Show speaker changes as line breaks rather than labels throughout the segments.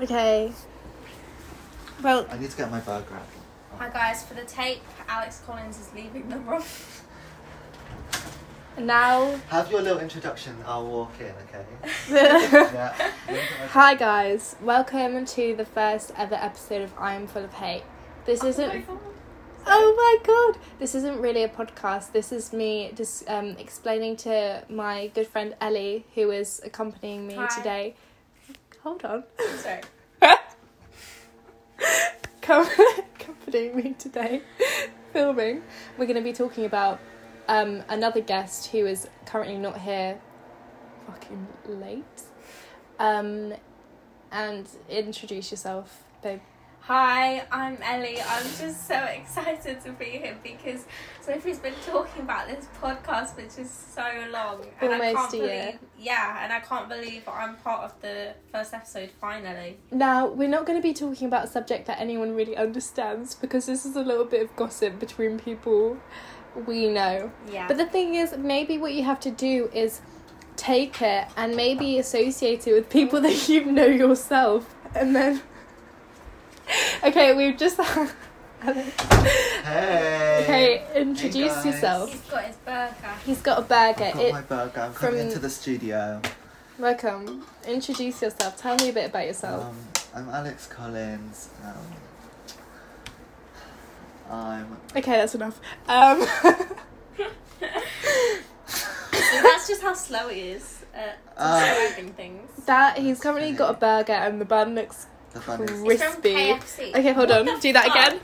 Okay. Well,
I need to get my burger out.
Hi guys, for the tape, Alex Collins is leaving the room.
now.
Have your little introduction. I'll walk in, okay? yeah.
Hi guys, welcome to the first ever episode of I Am Full of Hate. This isn't. Oh my god! This isn't really a podcast. This is me just um, explaining to my good friend Ellie, who is accompanying me
Hi.
today. Hold on.
Sorry.
Come, accompanying me today, filming. We're going to be talking about um, another guest who is currently not here, fucking late. Um, and introduce yourself, babe.
Hi, I'm Ellie. I'm just so excited to be here because Sophie's been talking about this podcast, which is so long. And I
Almost
can't
a year.
believe, yeah, and I can't believe I'm part of the first episode finally.
Now, we're not going to be talking about a subject that anyone really understands because this is a little bit of gossip between people we know.
Yeah.
But the thing is, maybe what you have to do is take it and maybe associate it with people that you know yourself, and then. okay, we've just.
Hey.
okay, introduce
guys.
yourself.
He's got his burger.
He's got a
I've
burger.
got
It,
my burger. I'm coming
from-
into the studio.
Welcome. Introduce yourself. Tell me a bit about yourself.
Um, I'm Alex Collins. Um, I'm.
okay, that's enough. Um,
So that's just how slow he is at
Ah.
Uh,
describing things.
that he's currently got a burger, and the bun looks
The bun is.
It's from
crispy.
KFC.
Okay, hold
What
on.
the
Do that
fuck?
again.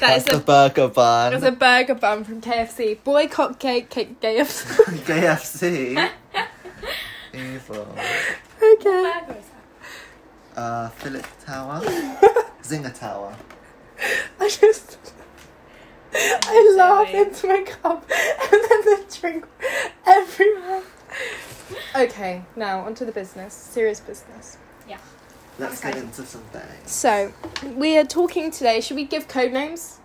That is
That's the
a
burger
It was a
bun.
burger bun from KFC. Boycott cake, cake KFC.
KFC. Evil.
okay.
Burger is that?
Uh, Philip Tower. Zinger Tower.
I just. I
so
laughed
weird.
into my cup and then the drink everywhere. Okay, now onto the business. Serious business.
Let's
Okay.
get into some things.
So, we are talking today. Should we give code names?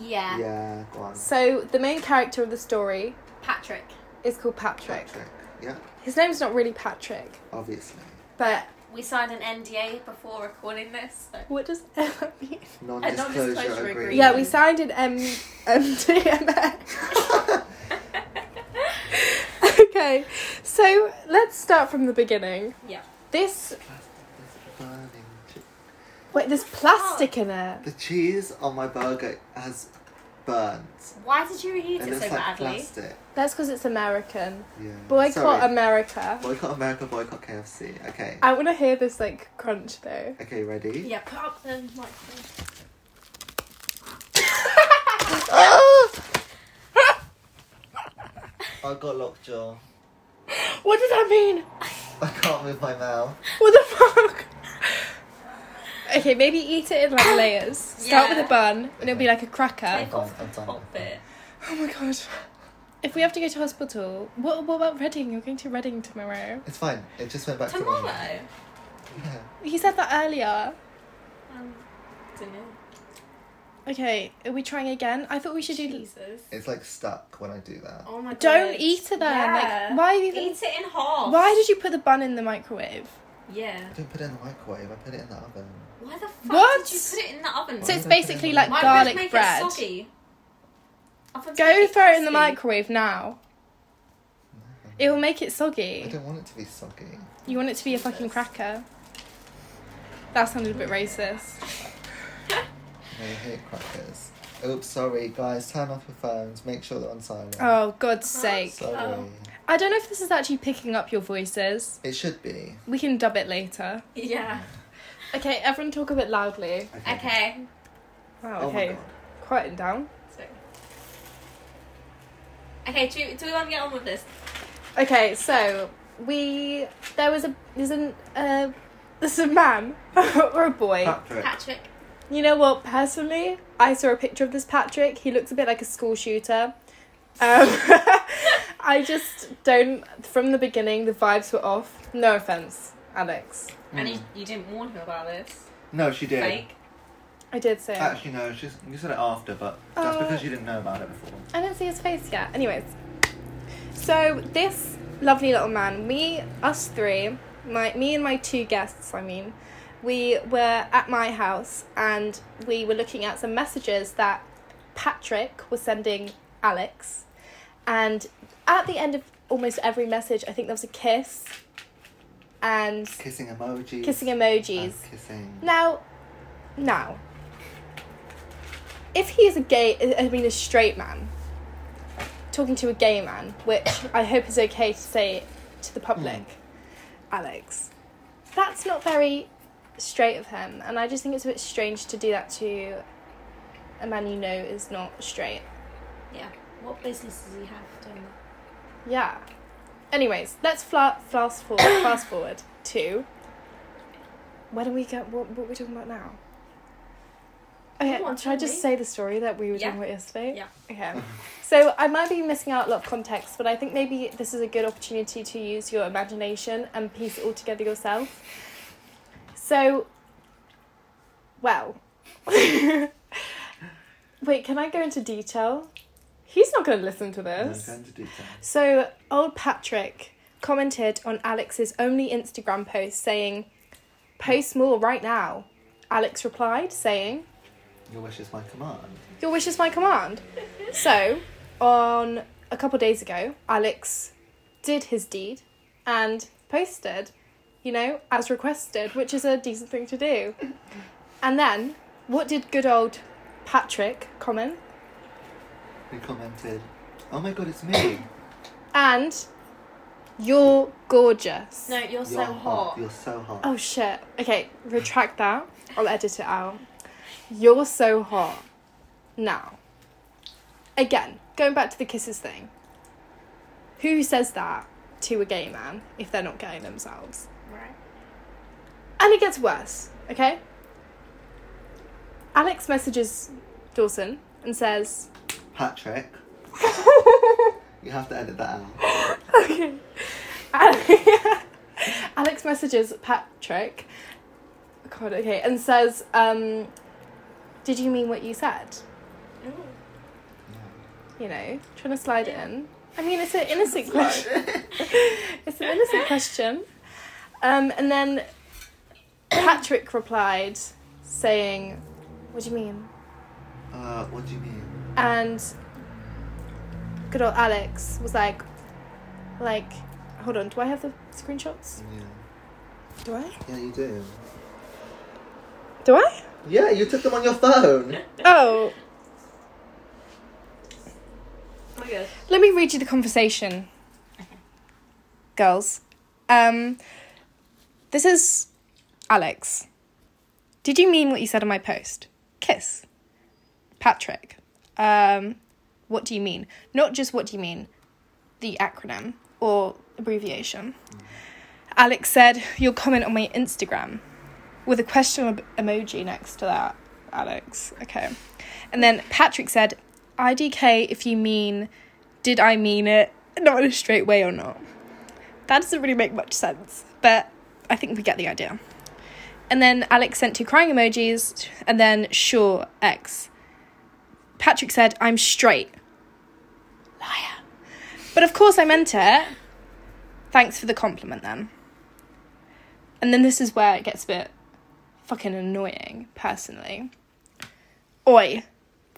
Yeah.
Yeah, go on.
So, the main character of the story
Patrick.
is called Patrick.
Patrick. Yeah,
His name's not really Patrick,
obviously.
but
We signed an NDA before recording this. So.
what does Emma mean?
Non
non-disclosure
disclosure
agreement.
agreement.
Yeah, we signed an M- MDMA. okay, so let's start from the beginning.
Yeah.
This
Burning che-
wait, there's plastic in it.
The cheese on my burger has burnt.
Why did you reheat
It
it,
looks
so
like
badly?
plastic.
That's because it's American.
Yeah.
Boycott
Sorry.
America.
boycott America, boycott KFC. Okay.
I want to hear this like crunch though.
Okay, ready?
Yeah, put up the microphone.
I got lockjaw.
What does that mean?
I can't move my mouth.
What the fuck? Okay, maybe eat it in like layers. Start
Yeah.
with a bun, and it'll be like a cracker.
Okay.
Take
done,
off the
I'm done.
top bit.
Oh my god. If we have to go to hospital, what, what about Reading? You're going to Reading tomorrow.
It's fine. It just went back to me.
Tomorrow?
Yeah.
He said that earlier.
Um, dunno.
Okay, are we trying again? I thought we should do.
Jesus.
It's like stuck when I do that.
Oh my god.
Don't eat it then. Like, why even?
Eat it in half.
Why did you put the bun in the microwave?
Yeah.
I didn't put it in the microwave, I put it in the oven.
Why the fuck
What?
did you put it in the oven?
So it's
did I put it
basically
in the
like
Why
microwave?
garlic
make
bread.
It soggy? I thought
Go
make
throw it in the
crispy.
microwave now.
No.
It will make it
I
soggy.
don't want it to be soggy.
You want it to be a fucking cracker. That sounded a bit racist.
I hate crackers. Oops, sorry, guys. Turn off your phones. Make sure they're on silent.
Oh, God's sake.
sorry.
Oh.
I don't know if this is actually picking up your voices.
It should be.
We can dub it later.
Yeah.
Okay, everyone talk a bit loudly.
Okay.
Wow,
Oh my
okay.
god.
Quieten down.
Sorry. Okay, do, you- do we want to get on with this?
Okay, so we there was a there's an uh there's a man or a boy.
Patrick.
Patrick.
You know what? Personally, I saw a picture of this Patrick. He looks a bit like a school shooter. Um, I just don't. From the beginning, the vibes were off. No offense, Alex.
And you,
Mm.
you didn't warn him about this.
No, she did.
Fake.
I did say. it.
Actually, no. She's, you said it after, but that's
Oh.
because you didn't know about it before.
I didn't see his face yet. Anyways, so this lovely little man, we, us three, my me and my two guests, I mean, we were at my house and we were looking at some messages that Patrick was sending Alex, and at the end of almost every message, I think there was a kiss, and
Kissing emojis.
kissing
and
emojis.
Kissing.
Now, now, if he is a gay, I mean a straight man, talking to a gay man, which I hope is okay to say to the public, Alex, that's not very straight of him, and I just think it's a bit strange to do that to a man you know is not straight.
Yeah. What business does he have doing that?
Yeah. Anyways, let's fla- fast forward. fast forward to. When are we get what what are we talking about now? Okay,
Come on,
should I
tell
just
me.
say the story that we were
Yeah.
talking about yesterday?
Yeah.
Okay. So I might be missing out a lot of context, but I think maybe this is a good opportunity to use your imagination and piece it all together yourself. So, well, wait, can I go into detail? He's not going to listen to
No,
this.
go into detail.
So, old Patrick commented on Alex's only Instagram post saying, Post more right now. Alex replied, saying,
Your wish is my command.
Your wish is my command. so, on a couple days ago, Alex did his deed and posted, you know, as requested, which is a decent thing to do. And then, what did good old Patrick comment?
He commented, "Oh my god, it's me.
And, You're gorgeous.
No, you're, so
You're
hot.
You're so hot."
Oh shit. Okay, retract that. I'll edit it out. You're so hot. Now, again, going back to the kisses thing. Who says that to a gay man if they're not gay themselves?
Right.
And it gets worse, okay? Alex messages Dawson and says,
Patrick, you have to edit that out.
okay. Alex messages Patrick. God, okay, and says, um, "Did you mean what you said?"
Ooh. Oh
You know, trying to slide it in. I mean, it's an innocent question. it's an innocent question. Um, and then Patrick replied, saying, "What do you mean?"
Uh, what do you mean?
And good old Alex was like, "Like, hold on, do I have the screenshots?
Yeah,
Do I?
yeah, you do.
Do I?"
Yeah, you took them on your phone.
Oh,
Oh my god.
let me read you the conversation, girls. Um, this is Alex. Did you mean what you said on my post? Kiss. Patrick. Um, what do you mean? Not just what do you mean, the acronym or abbreviation. Alex said, Your comment on my Instagram with a question ab- emoji next to that, Alex. Okay. And then Patrick said, IDK if you mean, did I mean it? Not in a straight way or not. That doesn't really make much sense, but I think we get the idea. And then Alex sent two crying emojis, and then sure, X. Patrick said, I'm straight. Liar. But of course I meant it. Thanks for the compliment then. And then this is where it gets a bit fucking annoying, personally. Oi.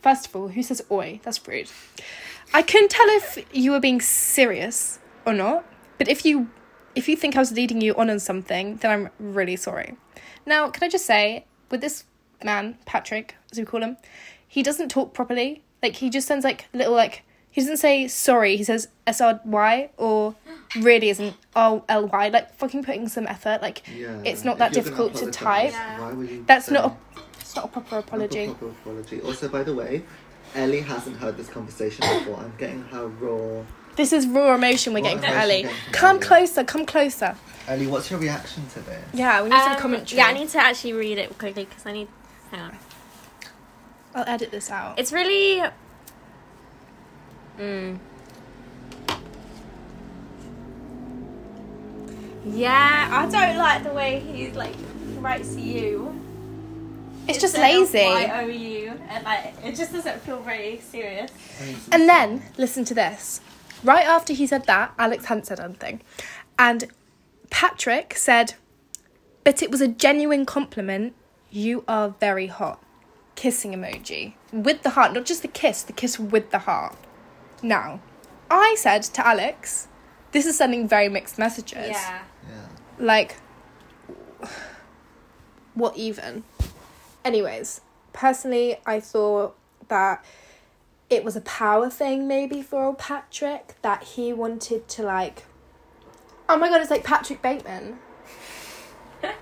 First of all, who says oi? That's rude. I couldn't tell if you were being serious or not, but if you if you think I was leading you on on something, then I'm really sorry. Now, can I just say, with this man, Patrick, as we call him, he doesn't talk properly. Like he just sends like little like he doesn't say sorry, he says S R Y or really isn't R L Y, like fucking putting some effort. Like
Yeah.
it's not
if
that
you're
difficult
gonna
to type.
apologise, Why would you
That's
say
not a it's not a proper apology.
proper apology? Also, by the way, Ellie hasn't heard this conversation before. I'm getting her raw.
This is raw emotion we're
Raw
getting from
emotion
Ellie.
getting from
Come
Ellie.
closer, come closer.
Ellie, what's your reaction to this?
Yeah, we need some
Um,
commentary.
Yeah, I need to actually read it quickly because I need. Hang on.
I'll edit this out.
It's really. Mm. Yeah, I don't like the way he like writes you. "Oh,
It's just
Instead of
lazy.
Y O U, and like it just doesn't feel very serious.
And then listen to this. Right after he said that, Alex hadn't said anything. And Patrick said, but it was a genuine compliment. You are very hot. Kissing emoji with the heart, not just the kiss, the kiss with the heart. Now, I said to Alex, this is sending very mixed messages.
Yeah.
Yeah.
Like, what even? Anyways, personally, I thought that it was a power thing maybe for old Patrick that he wanted to like. Oh my god, it's like Patrick Bateman.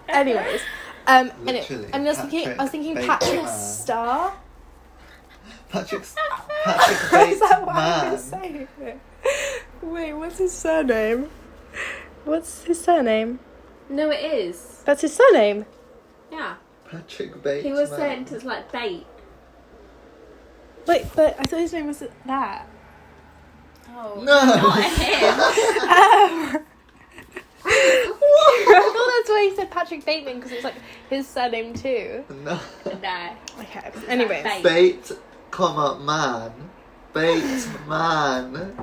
Anyways, um, and it-
Literally,
I mean, I was thinking, I was
Patrick
thinking
Bateman.
Patrick Star.
Patrick's Patrick
Is that
Bateman.
what I was saying? Wait, what's his surname? What's his surname?
No, it is.
That's his surname.
Yeah.
Patrick Bateman.
He was saying to like bait.
Wait, but I thought his name was that.
Oh. Not
No.
him.
Um, I thought that's why he said Patrick Bateman because it's like his surname too.
no.
no.
Okay.
Bate.
Anyways,
Bait, comma man. Bait man.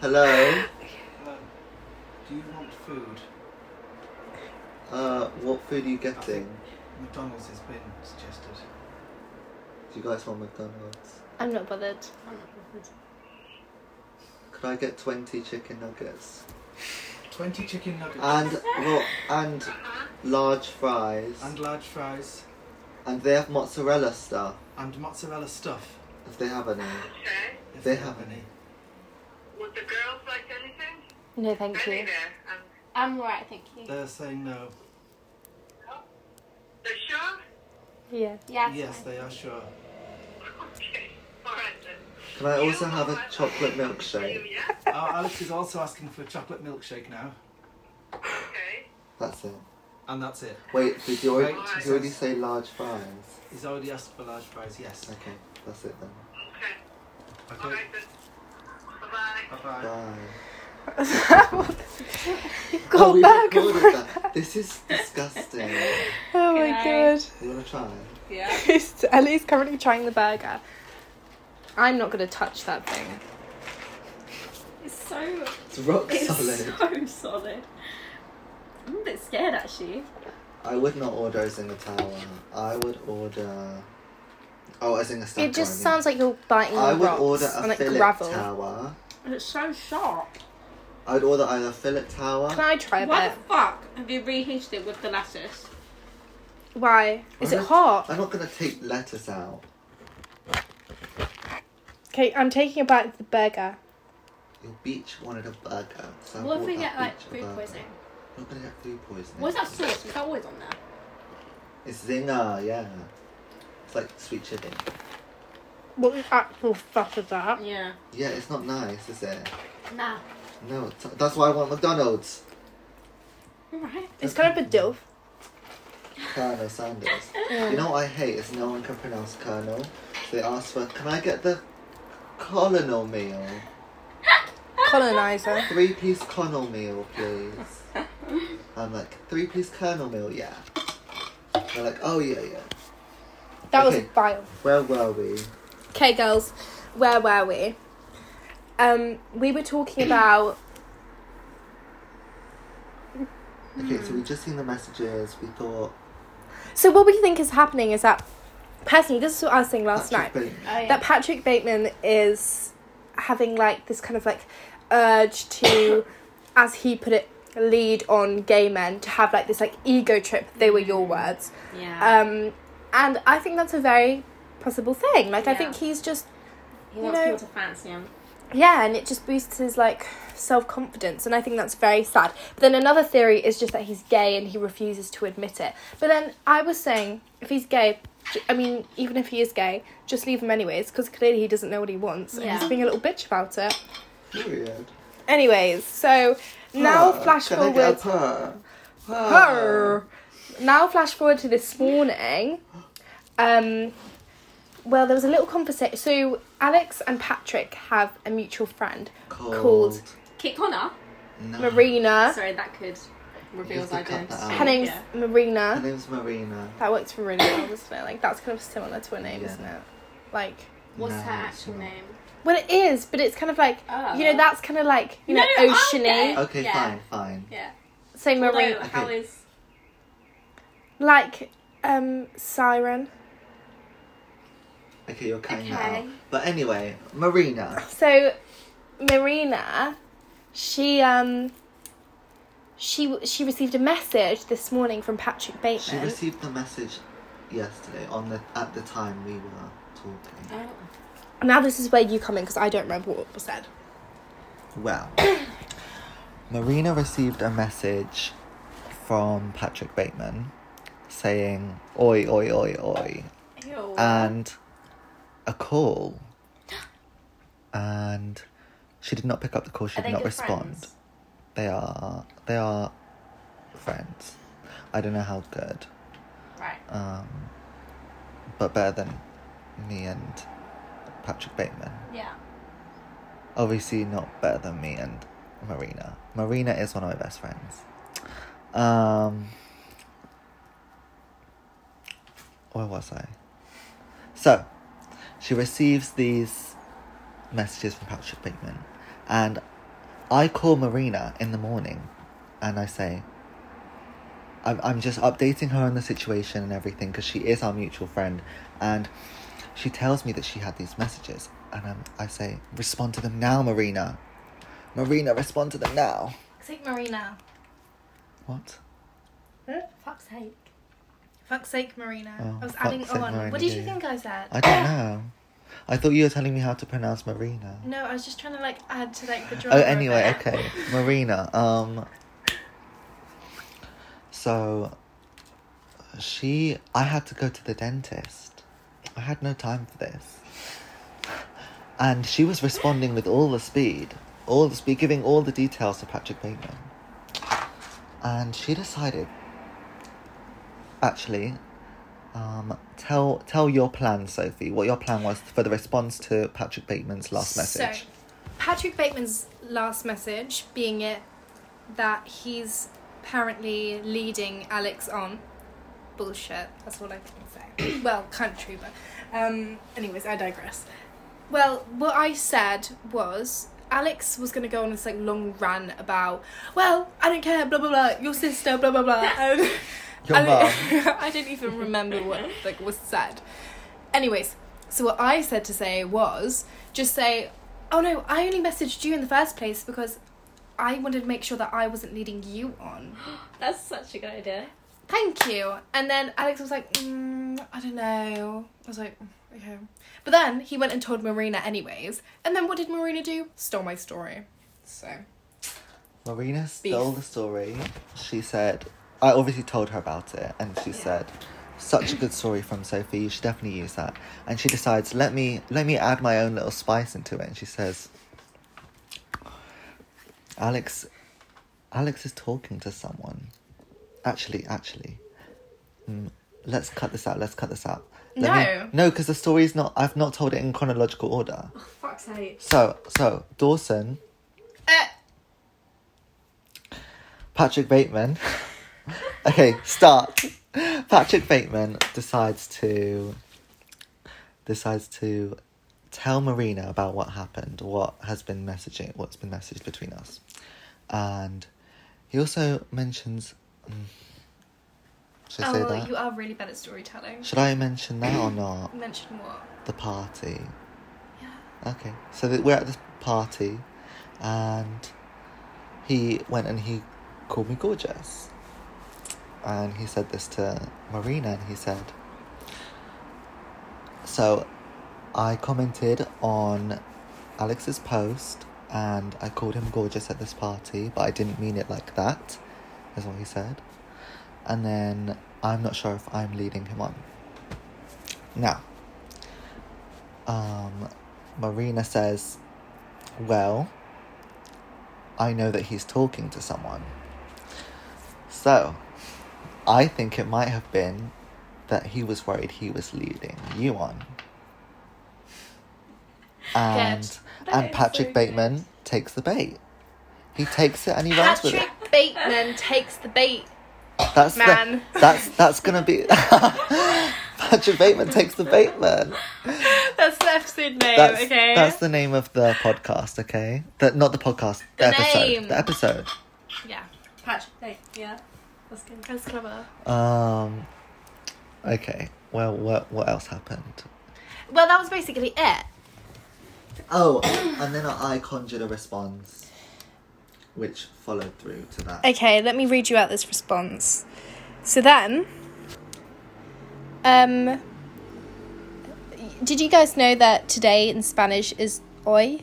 Hello.
Do you want food?
Uh, what food are you getting?
McDonald's has been suggested.
Do you guys want McDonald's?
I'm not bothered.
Could I get twenty chicken nuggets
20 chicken nuggets.
and what and large fries?
and large fries.
And they have mozzarella stuff
And mozzarella stuff.
if they have any.
Okay.
If
They have any.
Would the girls like anything?
No, thank
Any
you.
there? Um,
I'm alright, thank you.
They're saying no.
they sure?
Yeah.
Yeah.
yes, they are sure.
Okay. All right then.
Can I also have a
Yeah.
chocolate
You,
milkshake?
yeah?
Oh, Alex is also asking for a chocolate milkshake now.
Okay.
That's it.
And that's it.
Wait, did you already,
Right,
did you already
Jesus.
say large fries?
He's already asked for large fries, yes.
Okay, that's it then.
Okay. All
Okay.
right then. Bye-bye.
Bye bye.
Bye.
Go
we
back.
recorded that. This is disgusting.
Oh
Good
my
night.
god.
You wanna try?
Yeah.
Ellie's currently trying the burger. I'm not gonna touch that thing.
It's so
It's rock
it's
solid.
so solid. I'm a bit scared actually.
I would not order a Zinger Tower. I would order. Oh, a Zinger Stacker.
it just
I mean.
sounds like you're biting
I
on
would
rocks
order
and
a
like
fillet
gravel.
tower.
It's so sharp.
I would order either a fillet tower.
Can I try
Why
that?
the fuck have you reheated it with the lettuce?
Why? Is
I'm
it
not-
hot?
I'm not gonna take lettuce out.
Okay, I'm taking a bite of the burger.
Your beach wanted a burger. So I
what if
bought
we
that
get like
beach a
food
burger.
poisoning?
I'm not gonna get food poisoning.
What's that sauce? Was that always on there?
It's Zinger, yeah. It's like sweet chicken.
What the actual fuck is that?
Yeah.
Yeah, it's not nice, is it?
Nah.
No, it's- that's why I want McDonald's.
Alright.
It's kind of a dilf.
Colonel Sanders. You know what I hate is no one can pronounce Colonel. So they ask for, can I get the colonel meal?
Colonizer.
Three piece colonel meal, please. I'm like, three piece colonel meal, yeah. They're like, oh yeah, yeah.
That was
Okay.
vile.
Where were we?
Okay, girls, where were we? Um, we were talking about
Okay,
Hmm.
so we just seen the messages. We thought
So what we think is happening is that personally, this is what I was saying last night.
Patrick Bateman.
Oh, yeah.
That Patrick Bateman is having like this kind of like urge to, as he put it, lead on gay men to have like this like ego trip. They were your words.
yeah.
Um, and I think that's a very possible thing. Like I
Yeah.
think he's just
he
you
wants
know-
people to fancy him.
yeah, and it just boosts his like self confidence, and I think that's very sad. But then another theory is just that he's gay and he refuses to admit it. But then I was saying, if he's gay, j- I mean, even if he is gay, just leave him anyways, because clearly he doesn't know what he wants, and
Yeah.
he's being a little bitch about it.
Period.
Anyways, so now
Huh,
flash
Oh, can I get
forward.
a purr? Purr.
Her. Now flash forward to this morning. Um, well, there was a little conversation. So Alex and Patrick have a mutual friend
Cold.
called
Kit Connor.
No.
Marina.
Sorry, that could reveal
have
his
to cut
identity.
that out.
Her name's
Yeah.
Her
Marina.
name's Marina.
That works for Marina, isn't it? Like that's kind of similar to her name,
Yeah.
isn't it? Like,
What's
No,
her
it's
actual
not.
name?
well, it is, is, but it's kind of like
Oh.
you know that's kind of like you
No,
know
no, I
oceany.
get it.
Okay,
Yeah.
fine, fine.
Yeah.
So Marie,
Although, how
Okay.
is
like um, Siren.
Okay, you're cutting that
Okay.
out. But anyway, Marina.
So Marina, she um, she w- she received a message this morning from Patrick
She
Bateman.
received the message yesterday on the at the time we were talking.
now this is where you come in because I don't remember what was said.
Well, Marina received a message from Patrick Bateman saying "Oi, oi, oi, oi,"
Ew.
and a call, and she did not pick up the call. She
Are
did
they
not
good
respond.
friends?
They are they are friends. I don't know how good.
Right.
um, but better than me and Patrick Bateman.
Yeah.
Obviously, not better than me and Marina. Marina is one of my best friends. Um, where was I? So, she receives these messages from Patrick Bateman, and I call Marina in the morning, and I say, I'm, I'm just updating her on the situation and everything because she is our mutual friend. And she tells me that she had these messages. And um, I say, respond to them now, Marina. Marina, respond to them now.
Take Marina.
What?
Fuck's sake. Fuck's sake, Marina.
Oh,
I was
fuck's
adding
sake,
on.
Marina,
what did you
yeah.
think I said?
I don't know. I thought you were telling me how to pronounce Marina.
no, I was just trying to like add to like the drama.
Oh,
of
anyway,
it.
okay. Marina, um. So, she. I had to go to the dentist. I had no time for this. And she was responding with all the speed, all the speed, giving all the details to Patrick Bateman. And she decided, actually, um, tell tell your plan, Sophie. What your plan was for the response to Patrick Bateman's last message.
So, Patrick Bateman's last message being it that he's apparently leading Alex on. Bullshit. That's all I can say. well, country, but. Um, anyways, I digress. Well, what I said was. Alex was going to go on this like long rant about, well, I don't care, blah blah blah, your sister, blah blah blah. And
Your
I,
mum.
don't- I didn't even remember what like was said. Anyways, so what I said to say was just say, "Oh no, I only messaged you in the first place because I wanted to make sure that I wasn't leading you on."
That's such a good idea.
Thank you. And then Alex was like, mm, "I don't know." I was like, "Mm, "Okay." But then he went and told Marina anyways. And then what did Marina do? Stole my story. So
Marina stole the story. She said, I obviously told her about it, and she said, such a good story from Sophie. You should definitely use that. And she decides, let me let me add my own little spice into it. And she says, Alex, Alex is talking to someone. Actually, actually, mm, let's cut this out. Let's cut this out. Let me- no, because the story's not. I've not told it in chronological order.
Oh, fuck's sake.
So, so Dawson.
Eh.
Patrick Bateman. okay, start. Patrick Bateman decides to decides to tell Marina about what happened, what has been messaging, what's been messaged between us, and he also mentions. mm, should I say
oh,
that?
you are really bad at storytelling.
Should I mention that or not?
Mention what?
the party.
Yeah.
Okay, so that we're at this party, and he went and he called me gorgeous, and he said this to Marina, and he said, so I commented on Alex's post, and I called him gorgeous at this party, but I didn't mean it like that, is what he said, and then I'm not sure if I'm leading him on. Now, um, Marina says, Well, I know that he's talking to someone. So, I think it might have been that he was worried he was leading you on. And,
That
and
is
Patrick
so
Bateman takes the bait. He takes it and he runs with it.
Patrick Bateman takes the bait.
That's the-
Man.
that's that's gonna be Patrick Bateman takes the bait man.
That's the episode name,
That's,
okay?
that's the name of the podcast, okay? The, not the podcast, the,
The
episode.
name.
The episode.
yeah. patch. Hey, yeah. That's good.
That's clever.
Um, okay. Well, what what else happened?
Well, that was basically it.
Oh, and then I conjured a response, which followed through to that.
Okay, let me read you out this response. So then, um, did you guys know that today in Spanish is hoy?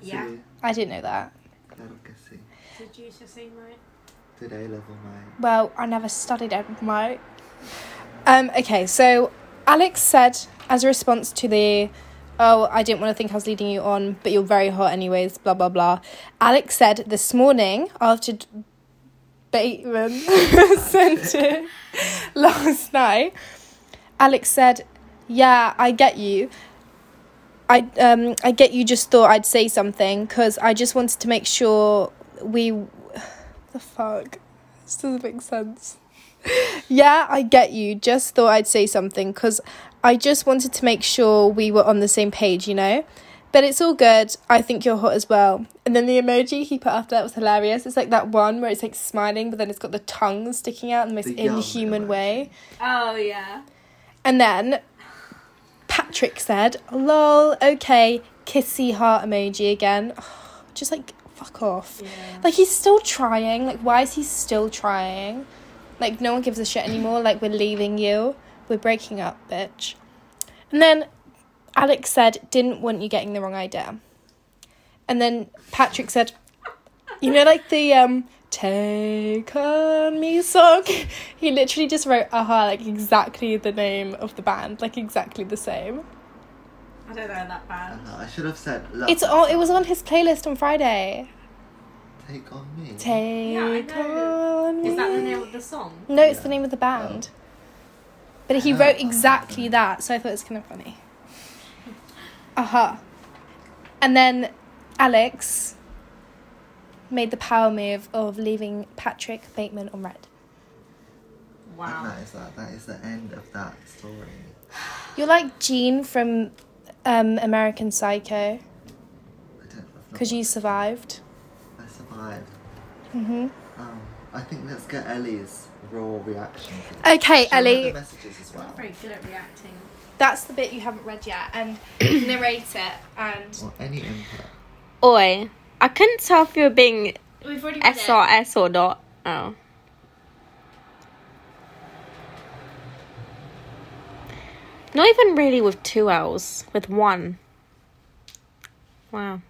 Yeah.
I didn't know that.
Claro que sí.
Did you just say right?
Today level my
Well, I never studied it, mate. Um, okay, so Alex said as a response to the, oh, I didn't want to think I was leading you on, but you're very hot anyways, blah, blah, blah. Alex said this morning after d- Bateman sent it last night, Alex said, yeah, I get you. I um I get you just thought I'd say something because I just wanted to make sure we the fuck this doesn't make sense. yeah, I get you. Just thought I'd say something because I just wanted to make sure we were on the same page, you know? But it's all good. I think you're hot as well. And then the emoji he put after that was hilarious. It's like that one where it's like smiling, but then it's got the tongue sticking out in the most
The yum
inhuman
emoji.
way.
Oh yeah.
And then Patrick said, lol, okay, kissy heart emoji again. Just like, fuck off.
Yeah.
Like he's still trying. Like why is he still trying? Like no one gives a shit anymore. Like we're leaving you. We're breaking up, bitch. And then Alex said, "Didn't want you getting the wrong idea." And then Patrick said, "You know, like the um." Take on me song. He literally just wrote aha like exactly the name of the band, like exactly the same.
I don't know that bad.
No, I should have said. Love,
It's all it was on his playlist on Friday.
Take on me.
Take
I know.
on me.
Is that the name of the Oh. song?
No, it's
Yeah.
the name of the band. But he
Oh.
wrote exactly that, so I thought it was kind of funny. Uh-huh. And then Alex made the power move of leaving Patrick Bateman on red.
That-
Wow.
that is that. That is the end of that story.
You're like Gene from um, American Psycho,
I don't. I've not
because you
watched-
survived.
I survived.
hmm
Um, I think let's get Ellie's raw reaction.
Okay,
Shall we have
Uh, Ellie,
The messages as well.
Not very good at reacting.
that's the bit you haven't read yet, and narrate it. And
Or any input.
Oi, I couldn't tell if you were being
we've already read it.
SRS or not. Oh. Not even really with two L's, with one. Wow.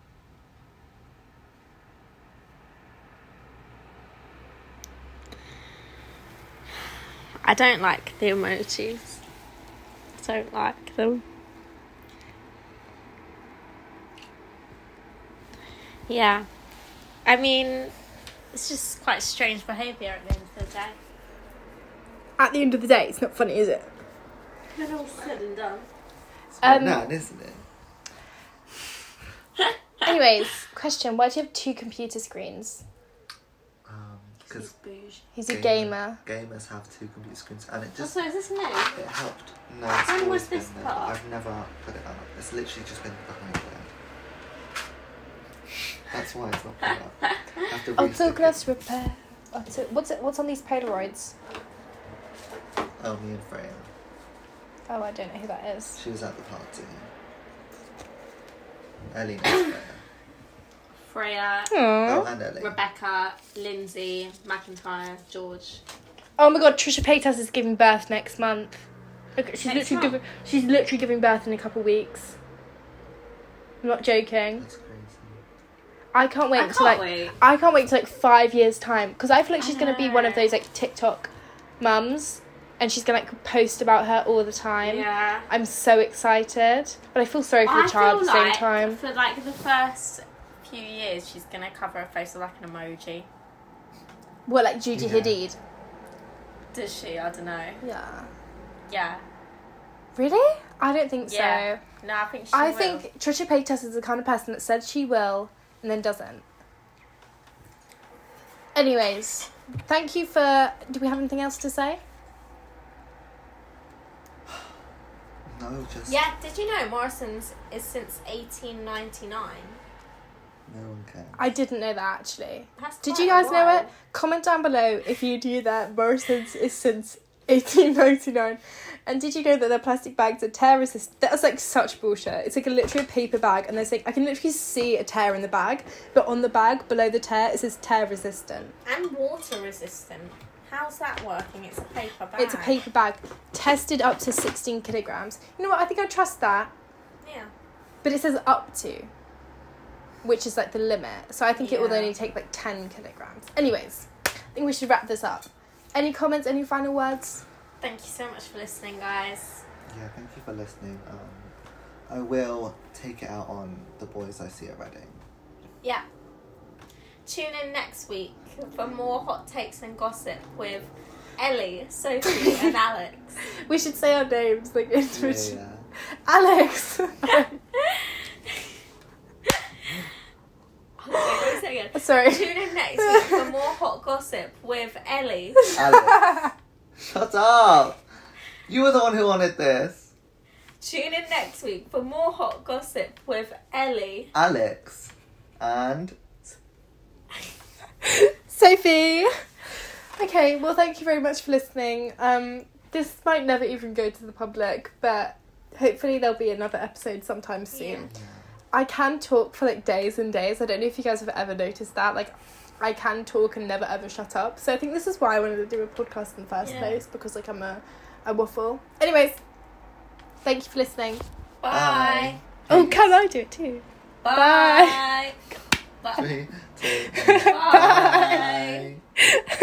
I don't like the emojis. I don't like them. Yeah. I mean,
It's just quite strange behaviour at the end of the day.
At the end of the day, it's not funny, is it?
When all said and done.
It's quite
Um,
mad, isn't it?
Anyways, question: Why do you have two computer screens?
Because
Bouge.
He's a gamer.
Um, Gamer. gamers have two computer screens, and it just
Also, is this new?
it helped. No, it's
When
always
was this
been there, but
part?
I've never put it up. It's literally just been behind there. That's why it's not put up. I have to
Oh,
restick it.
Autoglass repair. Auto- what's it, what's on these Polaroids?
Oh, me and Freya.
Oh, I don't know who that is.
She was at the party. Ellie knows Freya.
Freya,
Oh,
Aww.
and Ellie.
Rebecca, Lindsay, McIntyre, George.
Oh my god, Trisha Paytas is giving birth next month. Look, she's
Next
literally
month?
giving she's literally giving birth in a couple weeks. I'm not joking.
That's crazy.
I can't wait
I can't
to like
wait.
I can't wait to like five years time because I feel like
I
she's gonna be one of
know.
those like TikTok mums, and she's gonna like post about her all the time.
Yeah.
I'm so excited, but I feel sorry for the child at the same
like
time.
For like the first few years, she's gonna cover her face with like an emoji.
Well, like Judy
Yeah.
Hadid.
Does she? I don't know.
Yeah.
Yeah.
Really? I don't think
Yeah.
so.
No, I think she.
I
will.
think Trisha Paytas is the kind of person that said she will and then doesn't. Anyways, thank you for. Do we have anything else to say?
No, just
Yeah. Did you know Morrison's is since 1899?
No one cares.
I didn't know that actually.
That's
Did
quite
you guys
a
know
while.
it? Comment down below if you knew that Morrison's is since 1899. And did you know that their plastic bags are tear resistant? That's like such bullshit. It's like a literally a paper bag, and there's like I can literally see a tear in the bag, but on the bag below the tear it says tear resistant.
And water resistant. How's that working? It's a paper bag.
It's a paper bag tested up to 16 kilograms. You know what? I think I trust that,
Yeah.
but it says up to, which is like the limit. So I think it will
Yeah.
only take like 10 kilograms. Anyways, I think we should wrap this up. Any comments? Any final words?
Thank you so much for listening, guys.
Yeah, thank you for listening. Um, I will take it out on the boys I see at Reading.
Yeah. Tune in next week for more hot takes and gossip with Ellie, Sophie, and Alex.
We should say our names like in
Yeah,
yeah.
yeah.
Alex.
Okay, say again.
Sorry.
Tune in next week for more hot gossip with Ellie,
Alex. Shut up! You were the one who wanted this.
Tune in next week for more hot gossip with Ellie.
Alex. And
Sophie. Okay, well, thank you very much for listening. Um, this might never even go to the public, but hopefully there'll be another episode sometime soon. I can talk for like days and days. I don't know if you guys have ever noticed that. Like, I can talk and never ever shut up. So I think this is why I wanted to do a podcast in the first
Yeah.
place because like I'm a, a waffle. Anyways, thank you for listening.
Bye.
Oh, can I do it too?
Bye. Bye.
three, two,
Bye.
bye.